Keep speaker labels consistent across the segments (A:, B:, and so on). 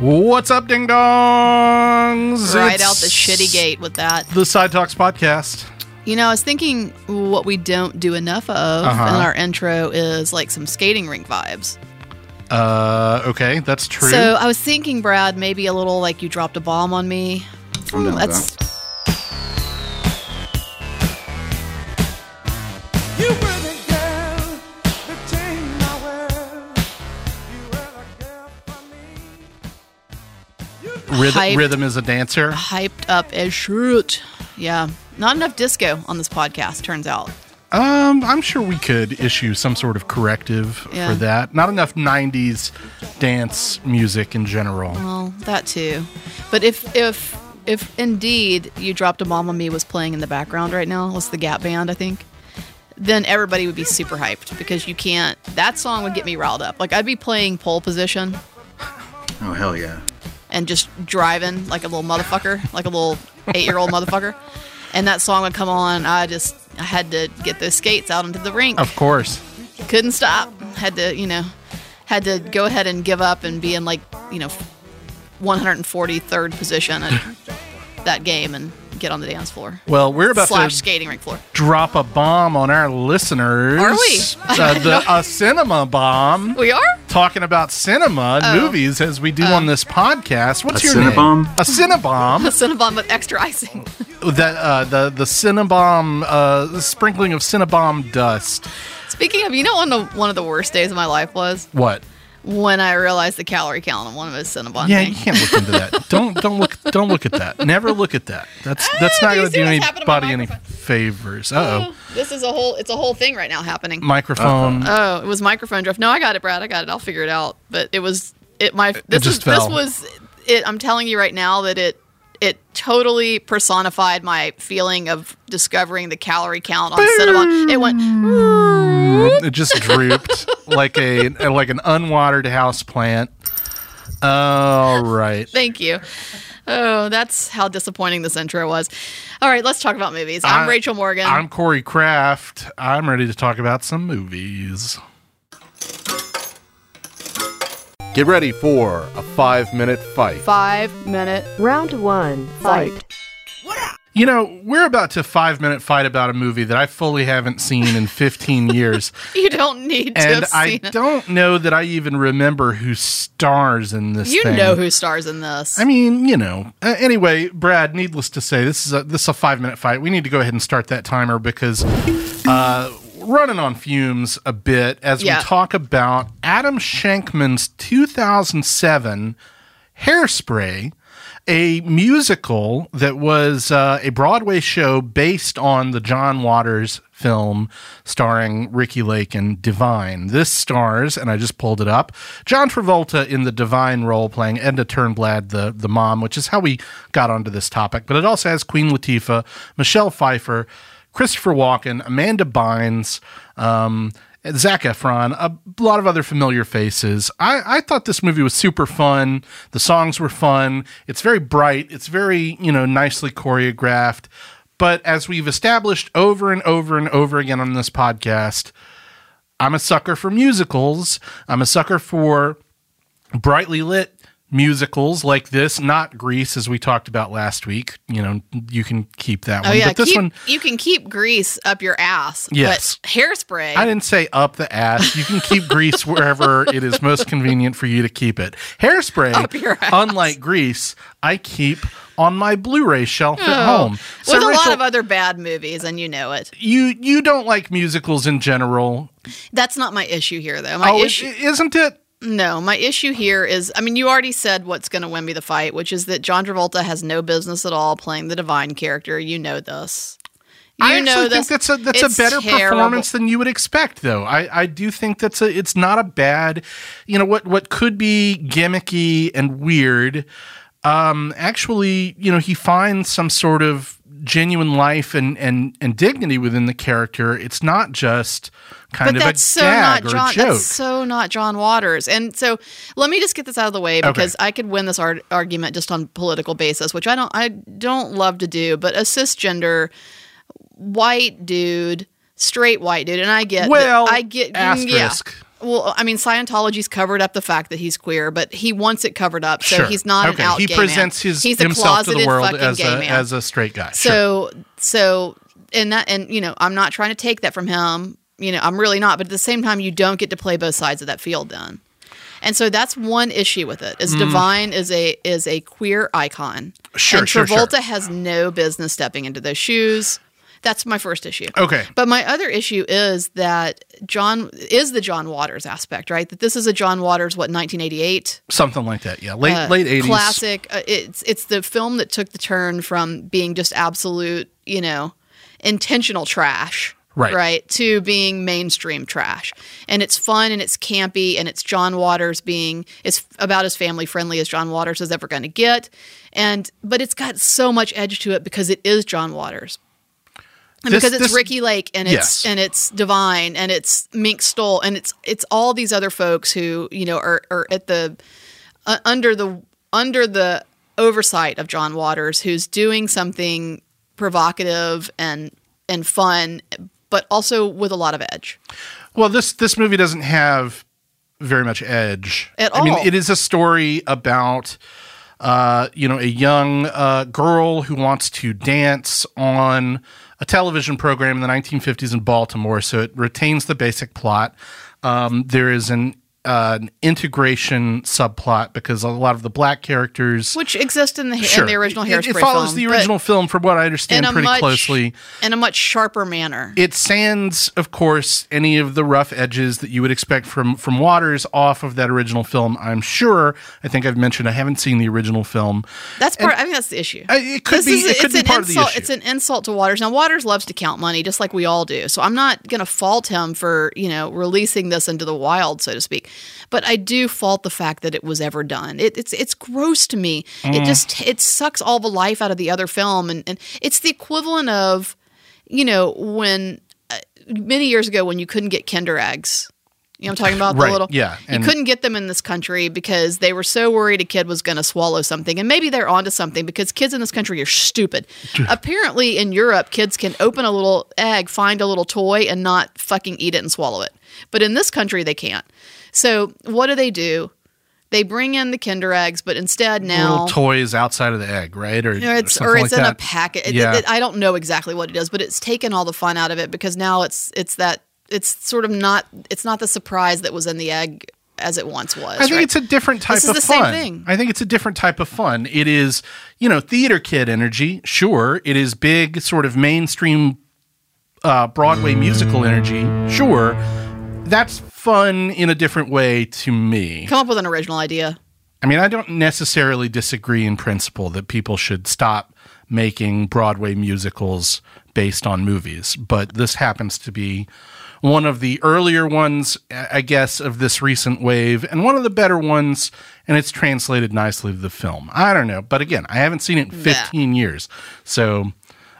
A: What's up, ding dongs?
B: Right
A: It's
B: out the shitty gate with that.
A: The Side Talks podcast.
B: You know, I was thinking what we don't do enough of
A: Uh-huh.
B: in our intro is like some skating rink vibes.
A: Uh, okay, that's true.
B: So I was thinking, Brad, maybe a little like you dropped a bomb on me.
C: I'm down with
B: That's
D: You were the girl that changed my world. You were the girl for me.
A: Rhythm,
B: hyped.
A: rhythm is a dancer.
B: hyped up as shit. Yeah. Not enough disco on this podcast, turns out.
A: Um, I'm sure we could issue some sort of corrective
B: Yeah.
A: for that. Not enough '90s dance music in general.
B: Well, that too. But if if if indeed you dropped a bomb on me was playing in the background right now, was the Gap Band, I think. Then everybody would be super hyped because you can't. That song would get me riled up. Like I'd be playing pole position
C: Oh hell yeah!
B: and just driving like a little motherfucker, like a little eight-year-old motherfucker. And that song would come on. I just I had to get those skates out into the rink.
A: Of course.
B: Couldn't stop. Had to, you know, had to go ahead and give up and be in like, you know, 143rd position at that game and get on the dance floor
A: Well, we're about
B: slash
A: to
B: skating rink floor.
A: drop a bomb on our listeners.
B: Are we?
A: Uh, the, a cinema bomb.
B: We are.
A: Talking about cinema
B: Oh.
A: and movies as we do on this podcast. What's
C: A
A: your
C: Cinnabomb?
A: name? A Cinnabomb.
B: A Cinnabon with extra icing.
A: that uh, the the Cinnabomb uh, the sprinkling of Cinnabomb dust.
B: Speaking of, you know, one of the, one of the worst days of my life was
A: What?
B: when I realized the calorie count on one of those Cinnabon.
A: Yeah, you
B: things.
A: can't look into that. don't don't look don't look at that. Never look at that. That's that's
B: Ah,
A: not
B: do
A: going to
B: you see
A: do
B: what's happened to my
A: anybody any
B: microphone?
A: favors. Uh oh,
B: This is a whole. It's a whole thing right now happening.
A: microphone.
B: Oh, it was microphone drift. No, I got it, Brad. I got it. I'll figure it out. But it was it my this
A: just
B: is,
A: fell.
B: this was it I'm telling you right now that it it totally personified my feeling of discovering the calorie count on Cinnabon. It went
A: It just drooped like a like an unwatered house plant. All right.
B: thank you. Oh, that's how disappointing this intro was. All right, let's talk about movies. I'm
A: I-
B: Rachel Morgan.
A: I'm Corey Kraft. I'm ready to talk about some movies. Get ready for a five minute fight.
B: Five minute.
E: Round one, fight.
A: You know, we're about to five minute fight about a movie that I fully haven't seen in 15 years.
B: You don't need to
A: and
B: have
A: I
B: seen it.
A: don't know that I even remember who stars in this
B: You
A: thing.
B: know who stars in this.
A: I mean, you know. Uh, anyway, Brad. Needless to say, this is a this is a five minute fight. We need to go ahead and start that timer because uh, we're running on fumes a bit as
B: Yeah.
A: we talk about Adam Shankman's 2007 Hairspray, a musical that was uh, a Broadway show based on the John Waters film starring Ricky Lake and Divine. This stars, and I just pulled it up, John Travolta in the Divine role playing Edna Turnblad, the, the mom, which is how we got onto this topic. But it also has Queen Latifah, Michelle Pfeiffer, Christopher Walken, Amanda Bynes, um, Zach Efron, a lot of other familiar faces. I, I thought this movie was super fun. The songs were fun. It's very bright. It's very, you know, nicely choreographed. But as we've established over and over and over again on this podcast, I'm a sucker for musicals. I'm a sucker for brightly lit musicals like this, not Grease, as we talked about last week. You know, you can keep that
B: Oh
A: one.
B: yeah,
A: but this
B: keep,
A: one,
B: you can keep grease up your ass.
A: Yes.
B: but hairspray.
A: I didn't say up the ass. You can keep grease wherever it is most convenient for you to keep it. Hairspray,
B: your ass.
A: unlike grease, I keep on my Blu-ray shelf at home. So
B: Oh. with a lot
A: Rachel,
B: of uh, other bad movies, and you know it.
A: you you don't like musicals in general.
B: That's not my issue here, though. My
A: oh,
B: issue,
A: it, isn't it?
B: no, my issue here is, I mean, you already said what's going to win me the fight, which is that John Travolta has no business at all playing the divine character. You know this. You
A: I actually
B: know
A: think
B: this.
A: that's a that's
B: It's
A: a better
B: terrible.
A: performance than you would expect, though. I, I do think that's a it's not a bad, you know what what could be gimmicky and weird. Um, actually, you know, he finds some sort of genuine life and and and dignity within the character. It's not just kind
B: But
A: of a
B: that's so
A: gag
B: not
A: or
B: John.
A: a joke.
B: That's so not John Waters. And so let me just get this out of the way because I could win this ar- argument just on political basis, which I don't. I don't love to do. But a cisgender white dude, straight white dude, and I get. that-
A: well,
B: I get. mm,
A: asterisk.
B: Yeah. well, I mean, Scientology's covered up the fact that he's queer, but he wants it covered up, so
A: sure.
B: he's not
A: okay.
B: an out
A: He
B: gay
A: presents
B: man.
A: his
B: he's a
A: himself to the
B: closeted
A: world
B: fucking
A: as
B: gay
A: a
B: man.
A: as a straight guy. sure.
B: So so and that and you know, I'm not trying to take that from him. You know, I'm really not, but at the same time you don't get to play both sides of that field then. And so that's one issue with it.
A: Mm.
B: Is Divine is a is a queer icon.
A: Sure,
B: and
A: sure,
B: Travolta
A: sure.
B: has no business stepping into those shoes. That's my first issue.
A: Okay.
B: But my other issue is that John is the John Waters aspect, right? That this is a John Waters what 1988
A: something like that. Yeah, late
B: uh,
A: late eighties.
B: classic. Uh, it's it's the film that took the turn from being just absolute, you know, intentional trash,
A: Right.
B: right, to being mainstream trash. And it's fun and it's campy and it's John Waters being is about as family friendly as John Waters is ever going to get. And but it's got so much edge to it because it is John Waters. And
A: This-
B: because it's
A: this-
B: Ricky Lake and it's
A: Yes.
B: and it's Divine and it's Mink Stoll and it's it's all these other folks who you know are are at the uh, under the under the oversight of John Waters, who's doing something provocative and and fun, but also with a lot of edge.
A: Well, this this movie doesn't have very much edge
B: At
A: I mean,
B: all.
A: it is a story about uh, you know a young uh, girl who wants to dance on a television program in the 1950s in Baltimore. So it retains the basic plot. Um, there is an uh, an integration subplot because a lot of the black characters
B: Which exists in the in the original
A: It-
B: Hairspray
A: It, follows
B: film,
A: the
B: but
A: original film, from what I
B: in
A: understand,
B: a
A: pretty
B: much
A: closely.
B: in a much sharper manner.
A: It sands, of course, any of the rough edges that you would expect from from Waters off of that original film. I'm sure. I think I've mentioned I haven't seen the original film.
B: That's part. I think that's the issue.
A: I- it could be- it could
B: it's
A: be
B: an
A: part of the
B: insult.
A: issue.
B: It's an insult to Waters. Now Waters loves to count money, just like we all do. So I'm not going to fault him for you know releasing this into the wild, so to speak. But I do fault the fact that it was ever done. It, it's it's gross to me.
A: Mm.
B: It just it sucks all the life out of the other film, and and it's the equivalent of you know when uh, many years ago when you couldn't get Kinder eggs. You know what I'm talking about? The
A: Right,
B: little
A: yeah,
B: You
A: and-
B: couldn't couldn't get them in this country because they were so worried a kid was going to swallow something. And maybe they're onto something because kids in this country are stupid. Apparently, in Europe, kids can open a little egg, find a little toy, and not fucking eat it and swallow it. But in this country, they can't. So, what do they do? They bring in the Kinder eggs, but instead now
A: Little toys outside of the egg, right? Or,
B: or it's
A: something
B: or it's
A: like
B: in
A: that.
B: a packet. It-
A: Yeah.
B: it- I don't know exactly what it is, but it's taken all the fun out of it because now it's it's that it's sort of not it's not the surprise that was in the egg as it once was.
A: I think
B: right?
A: it's a different type
B: This is
A: of
B: the same
A: fun.
B: thing.
A: I think it's a different type of fun. It is, you know, theater kid energy. Sure, it is big, sort of mainstream uh, Broadway musical energy. Sure, that's fun in a different way to me.
B: come up with an original idea.
A: I mean, I don't necessarily disagree in principle that people should stop making Broadway musicals based on movies, but this happens to be one of the earlier ones, I I guess, of this recent wave, and one of the better ones, and it's translated nicely to the film. I don't know, but again, I haven't seen it in 15 years, so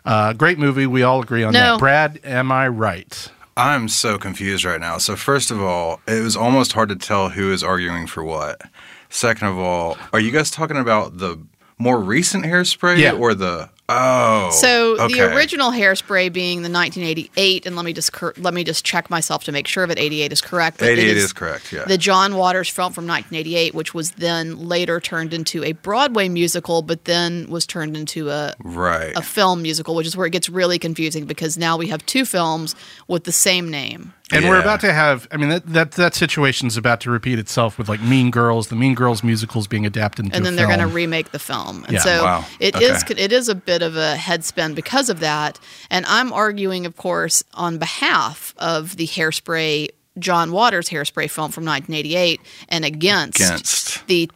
A: uh, great movie. We all agree on
B: No.
A: that. Brad, am I right?
C: I'm so confused right now. So first of all, it was almost hard to tell who is arguing for what. Second of all, are you guys talking about the more recent hairspray
A: Yeah.
C: or the oh?
B: So the
C: okay.
B: original hairspray being the 1988, and let me just cor- let me just check myself to make sure that 88 is correct. but it
C: 88 is correct, yeah.
B: the John Waters film from 1988, which was then later turned into a Broadway musical, but then was turned into a
C: right.
B: a film musical, which is where it gets really confusing because now we have two films with the same name.
A: And we're
C: Yeah.
A: about to have. I mean, that that that situation's about to repeat itself with like Mean Girls, the Mean Girls musicals being adapted into. a
B: and then they're going to
A: film.
B: remake the film. And
A: Yeah.
B: so
C: Wow.
B: it
C: Okay.
B: is it is a bit of a head spin because of that. And I'm arguing, of course, on behalf of the hairspray John Waters hairspray film from 1988 and against,
C: Against.
B: the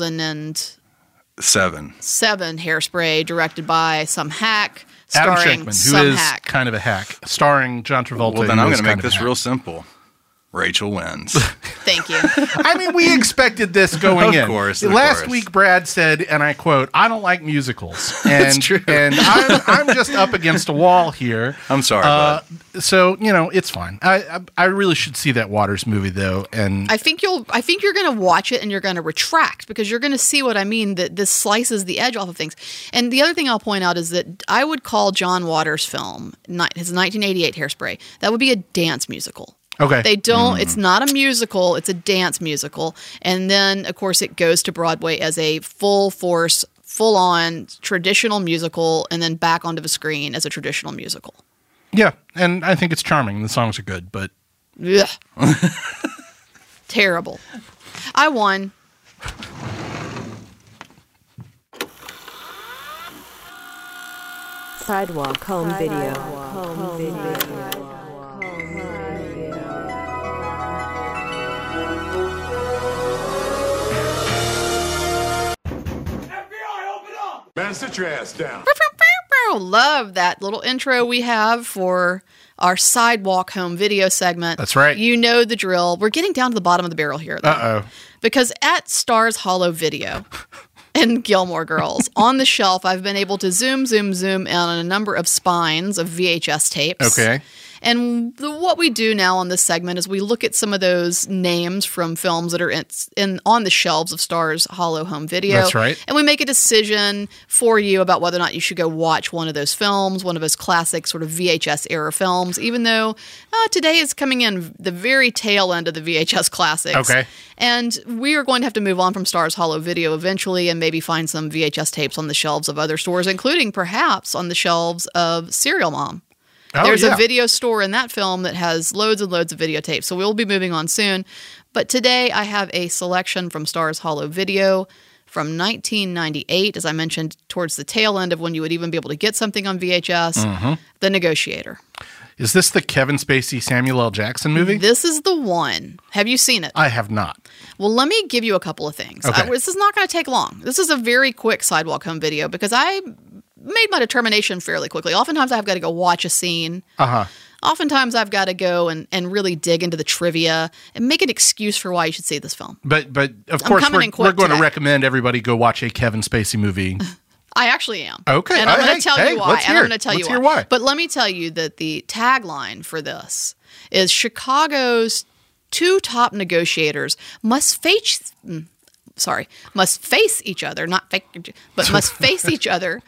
B: 2007
C: Seven.
B: hairspray directed by some hack
A: Adam
B: starring
A: Shankman, who
B: some
A: is
B: hack.
A: kind of a hack, starring John Travolta.
C: Well, then
A: who
C: I'm
A: is
C: going to
A: kind
C: make
A: of a
C: this
A: hack.
C: real simple. Rachel wins.
B: Thank you.
A: I mean, we expected this going
C: Of
A: in.
C: course, of
A: Last
C: course.
A: week, Brad said, and I quote, "I don't like musicals," and
C: true. Um,
A: and I'm, I'm just up against a wall here.
C: I'm sorry,
A: Uh,
C: but
A: so you know, it's fine. I, I I really should see that Waters movie though, and
B: I think you'll I think you're going to watch it and you're going to retract because you're going to see what I mean that this slices the edge off of things. And the other thing I'll point out is that I would call John Waters' film, ni- his 1988 Hairspray, that would be a dance musical.
A: Okay.
B: They don't. It's not a musical. It's a dance musical, and then of course it goes to Broadway as a full force, full on traditional musical, and then back onto the screen as a traditional musical.
A: yeah, and I think it's charming. The songs are good, but
B: Ugh. Terrible. I won.
E: Sidewalk home video. Home video.
F: Man, sit your ass down.
B: Love that little intro we have for our sidewalk home video segment.
A: That's right.
B: You know the drill. We're getting down to the bottom of the barrel here. though.
A: uh oh.
B: because at Stars Hollow Video and Gilmore Girls, on the shelf, I've been able to zoom, zoom, zoom in on a number of spines of VHS tapes.
A: Okay.
B: And the, what we do now on this segment is we look at some of those names from films that are in, in on the shelves of Stars Hollow Home Video.
A: That's right.
B: And we make a decision for you about whether or not you should go watch one of those films, one of those classic sort of VHS era films. Even though uh, today is coming in the very tail end of the VHS classics.
A: Okay.
B: And we are going to have to move on from Stars Hollow Video eventually and maybe find some VHS tapes on the shelves of other stores, including perhaps on the shelves of Serial Mom.
A: Oh,
B: There's
A: yeah.
B: a video store in that film that has loads and loads of videotapes. So we'll be moving on soon. But today I have a selection from Stars Hollow Video from 1998, as I mentioned, towards the tail end of when you would even be able to get something on VHS
A: Mm-hmm.
B: The Negotiator.
A: Is this the Kevin Spacey Samuel L. Jackson movie?
B: This is the one. Have you seen it?
A: I have not.
B: Well, let me give you a couple of things.
A: Okay.
B: I- this is not going to take long. This is a very quick sidewalk home video because I made my determination fairly quickly. Oftentimes, I've got to go watch a scene.
A: Uh huh.
B: Oftentimes, I've got to go and, and really dig into the trivia and make an excuse for why you should see this film.
A: But but of course
B: coming
A: we're,
B: in quick
A: we're going to
B: today.
A: recommend everybody go watch a Kevin Spacey movie.
B: I actually am.
A: Okay.
B: And I'm
A: Hey,
B: going
A: hey,
B: to tell
A: hey,
B: you why.
A: let's
B: And
A: hear
B: I'm
A: it.
B: going to tell
A: Let's
B: you
A: hear
B: why.
A: why.
B: But let me tell you that the tagline for this is Chicago's two top negotiators must face mm, sorry, must face each other, not fake, but must face each other.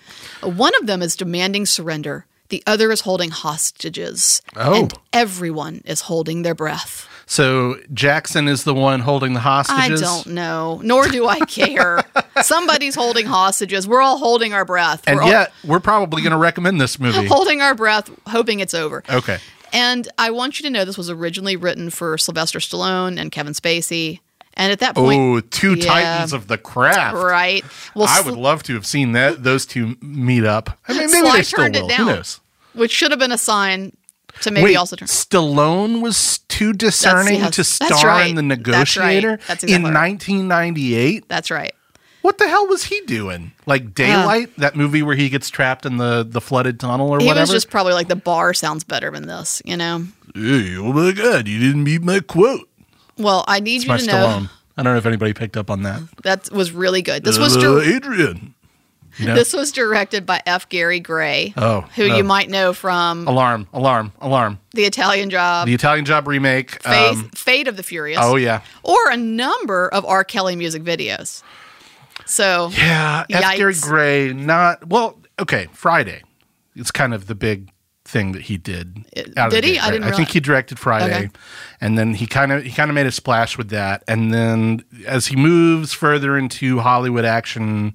B: One of them is demanding surrender. The other is holding hostages.
A: Oh.
B: And everyone is holding their breath.
A: so Jackson is the one holding the
B: I
A: hostages.
B: don't know, nor do I care. Somebody's holding hostages. We're all holding our breath.
A: And
B: We're all-
A: yet we're probably going to recommend this movie.
B: holding our breath, hoping it's over.
A: Okay.
B: And I want you to know this was originally written for Sylvester Stallone and Kevin Spacey. And at that point,
A: Oh, two
B: Yeah.
A: titans of the craft.
B: right? Well,
A: I would
B: Sl-
A: love to have seen that those two meet up. I mean, maybe
B: Sly
A: they still
B: turned it
A: will.
B: down.
A: Who knows?
B: which should have been a sign to maybe
A: Wait,
B: also turn.
A: Stallone was too discerning
B: yes,
A: to
B: that's
A: star
B: right.
A: in The
B: That's right.
A: Negotiator
B: That's
A: in
B: exactly right.
A: 1998.
B: That's right.
A: What the hell was he doing? Like Daylight, that movie where he gets trapped in the, the flooded tunnel or
B: He
A: whatever.
B: was just probably like the bar sounds better than this, you know.
A: hey, oh my god, you didn't meet my quote.
B: Well, I need
A: It's
B: you
A: my
B: to know
A: Stallone. I don't know if anybody picked up on that.
B: that was really good. This was
A: Uh,
B: dir-
A: Adrian. You know?
B: this was directed by F. Gary Gray,
A: Oh,
B: who
A: oh.
B: you might know from
A: alarm, alarm, alarm.
B: The Italian Job,
A: The Italian Job remake.
B: Faith,
A: um,
B: Fate of the Furious.
A: oh yeah,
B: or a number of R. Kelly music videos. So
A: yeah. F. Gary
B: Yikes.
A: Gray. Not well. Okay, Friday. It's kind of the big thing that he did.
B: It-
A: out of
B: Uh, did
A: the
B: he?
A: gate,
B: I didn't
A: I think
B: realize-
A: he directed Friday,
B: Okay.
A: and then he kind of he kind of made a splash with that. And then as he moves further into Hollywood action,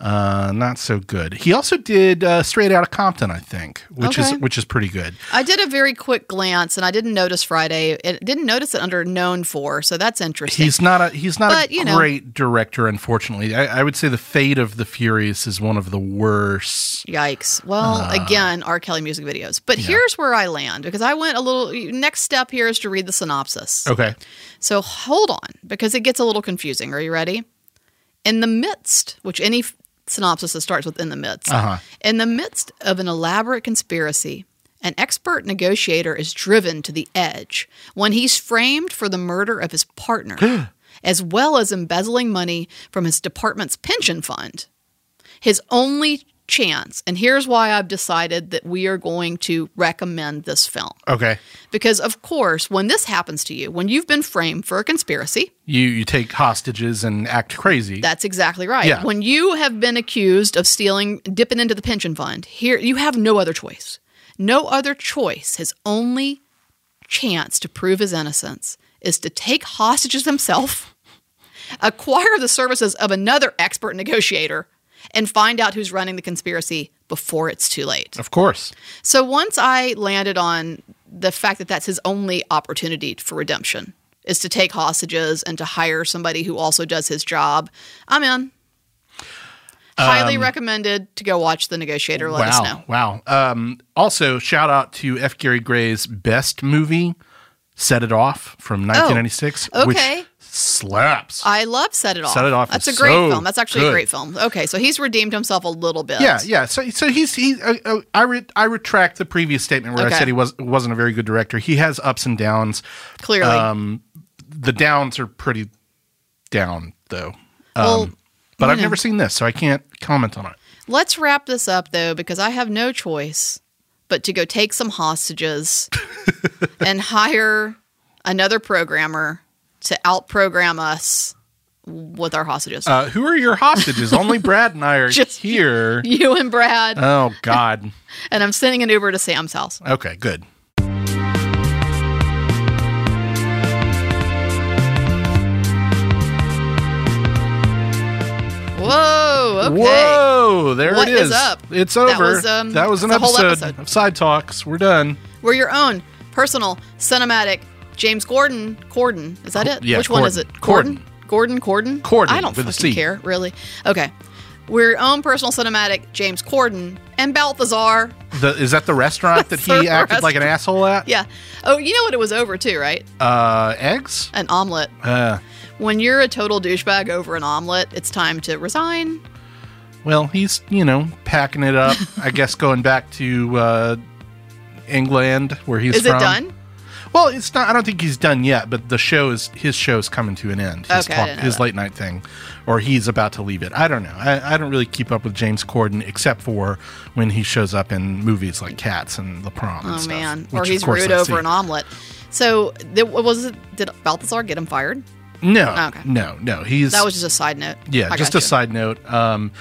A: uh, not so good. He also did uh, Straight Outta Compton, I think, which
B: Okay.
A: is which is pretty good.
B: I did a very quick glance and I didn't notice Friday. It didn't notice it under known for, so that's interesting.
A: He's not a he's not
B: But,
A: a
B: you know.
A: great director, unfortunately. I, I would say the fate of the Furious is one of the worst.
B: Yikes. Well, again, R. Kelly music videos. But here's where I land because I went a little. Next step here is to read the synopsis.
A: Okay,
B: So hold on because it gets a little confusing. Are you ready? In the midst, which any f- synopsis that starts with in the midst,
A: Uh-huh.
B: in the midst of an elaborate conspiracy, an expert negotiator is driven to the edge when he's framed for the murder of his partner, as well as embezzling money from his department's pension fund. His only chance, and here's why I've decided that we are going to recommend this film.
A: okay.
B: Because, of course, when this happens to you, when you've been framed for a conspiracy,
A: You you take hostages and act crazy.
B: that's exactly right.
A: Yeah.
B: When you have been accused of stealing, dipping into the pension fund, here you have no other choice. No other choice. His only chance to prove his innocence is to take hostages himself, acquire the services of another expert negotiator, and find out who's running the conspiracy before it's too late.
A: Of course.
B: So once I landed on the fact that that's his only opportunity for redemption is to take hostages and to hire somebody who also does his job, I'm in. Highly recommended to go watch The Negotiator. Let us know.
A: Um, wow. Wow. Um, also, shout out to F. Gary Gray's best movie, Set It Off from 1996,
B: Oh, okay.
A: which slaps.
B: I love Set It Off.
A: Set It Off
B: That's a
A: is
B: great
A: so
B: film. That's actually a
A: good.
B: great film. Okay, so he's redeemed himself a little bit.
A: yeah, yeah. So, so he's he. Uh, uh, I re- I retract the previous statement where
B: Okay.
A: I said he was wasn't a very good director. He has ups and downs.
B: Clearly.
A: Um, The downs are pretty down though.
B: well,
A: But
B: you
A: I've
B: know.
A: never seen this, so I can't comment on it.
B: Let's wrap this up though, because I have no choice but to go take some hostages and hire another programmer to outprogram us with our hostages.
A: Uh, who are your hostages? Only Brad and I are
B: Just-
A: here.
B: you and Brad,
A: Oh God.
B: and I'm sending an Uber to Sam's house.
A: Okay, good.
B: Whoa! Okay.
A: Whoa, there
B: What
A: it
B: is
A: is.
B: up?
A: It's
B: That
A: over.
B: was, um,
A: That was an
B: it's a whole
A: episode,
B: episode.
A: of Side Talks. We're done.
B: We're your own personal cinematic James Gordon. Corden. Is that it?
A: yeah,
B: Which one is
A: Corden.
B: it? Corden. Gordon. Corden.
A: Corden,
B: I don't
A: with a
B: fucking
A: C.
B: care, really. Okay. We're your own personal cinematic James Corden and Balthazar.
A: The, is that the restaurant that
B: That's
A: he
B: the
A: acted like an asshole at?
B: Yeah. Oh, you know what it was over too, right?
A: Uh, eggs?
B: An omelet.
A: Uh,
B: When you're a total douchebag over an omelet, it's time to resign.
A: well, he's, you know, packing it up. I guess going back to uh, England where he's
B: Is
A: from.
B: it done? Oh,
A: Well, it's not. I don't think he's done yet, but the show is his show is coming to an end. His,
B: Okay, I didn't know
A: his
B: that.
A: late night thing, or he's about to leave it. I don't know. I, I don't really keep up with James Corden except for when he shows up in movies like Cats and The Prom. and
B: Oh
A: stuff,
B: man.
A: which,
B: Or
A: of
B: he's
A: course,
B: rude
A: I
B: over
A: see.
B: an omelet. So th- what was it? Did Balthazar get him fired?
A: No,
B: Okay.
A: no, no. He's
B: That was just a side note.
A: yeah.
B: I
A: just
B: gotcha.
A: a side note. Um,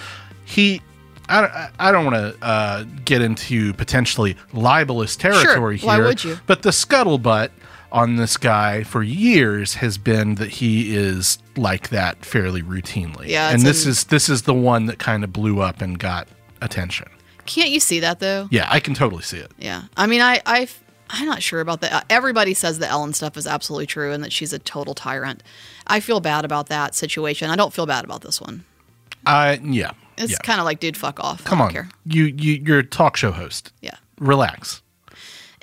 A: he. I, I- I don't want to uh, get into potentially libelous territory
B: Why
A: here.
B: would you?
A: But the scuttlebutt on this guy for years has been that he is like that fairly routinely.
B: Yeah,
A: and
B: it's
A: this
B: an-
A: is this is the one that kind of blew up and got attention.
B: Can't you see that though?
A: Yeah, I can totally see it.
B: Yeah. I mean, I, I, I'm not sure about that. Everybody says that Ellen stuff is absolutely true and that she's a total tyrant. I feel bad about that situation. I don't feel bad about this one.
A: I yeah.
B: It's
A: yeah.
B: kind of like, dude, fuck off. I
A: Come
B: don't
A: on.
B: care.
A: You you you're a talk show host.
B: Yeah.
A: Relax.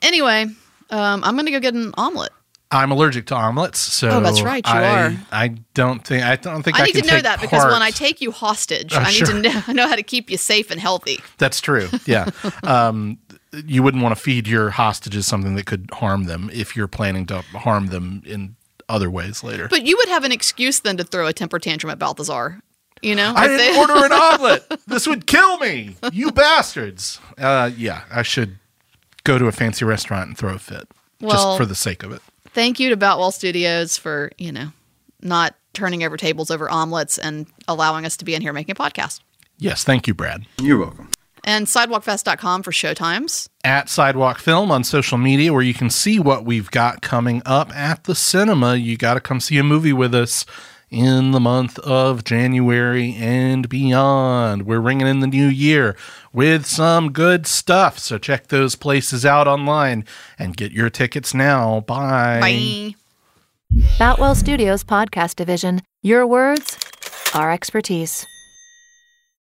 B: Anyway, um, I'm going to go get an omelet.
A: I'm allergic to omelets, so
B: Oh, that's right, you
A: I,
B: are.
A: I don't think I don't think I,
B: I need
A: can
B: to know
A: take
B: that because when
A: part-
B: I take you hostage,
A: Oh,
B: I need
A: sure.
B: to know, know how to keep you safe and healthy.
A: That's true. Yeah. um, you wouldn't want to feed your hostages something that could harm them if you're planning to harm them in other ways later.
B: But you would have an excuse then to throw a temper tantrum at Balthazar. You know,
A: I
B: If
A: didn't
B: they-
A: order an omelet. This would kill me, you bastards. Uh, yeah, I should go to a fancy restaurant and throw a fit
B: Well-
A: just for the sake of it.
B: thank you to Boutwell Studios for, you know, not turning over tables over omelets and allowing us to be in here making a podcast.
A: Yes, thank you, Brad.
C: You're welcome.
B: And sidewalkfest.com for showtimes.
A: at Sidewalk Film on social media where you can see what we've got coming up at the cinema. You got to come see a movie with us in the month of January and beyond. We're ringing in the new year with some good stuff. So check those places out online and get your tickets now. Bye.
B: Bye.
F: Boutwell Studios Podcast Division. Your words, our expertise.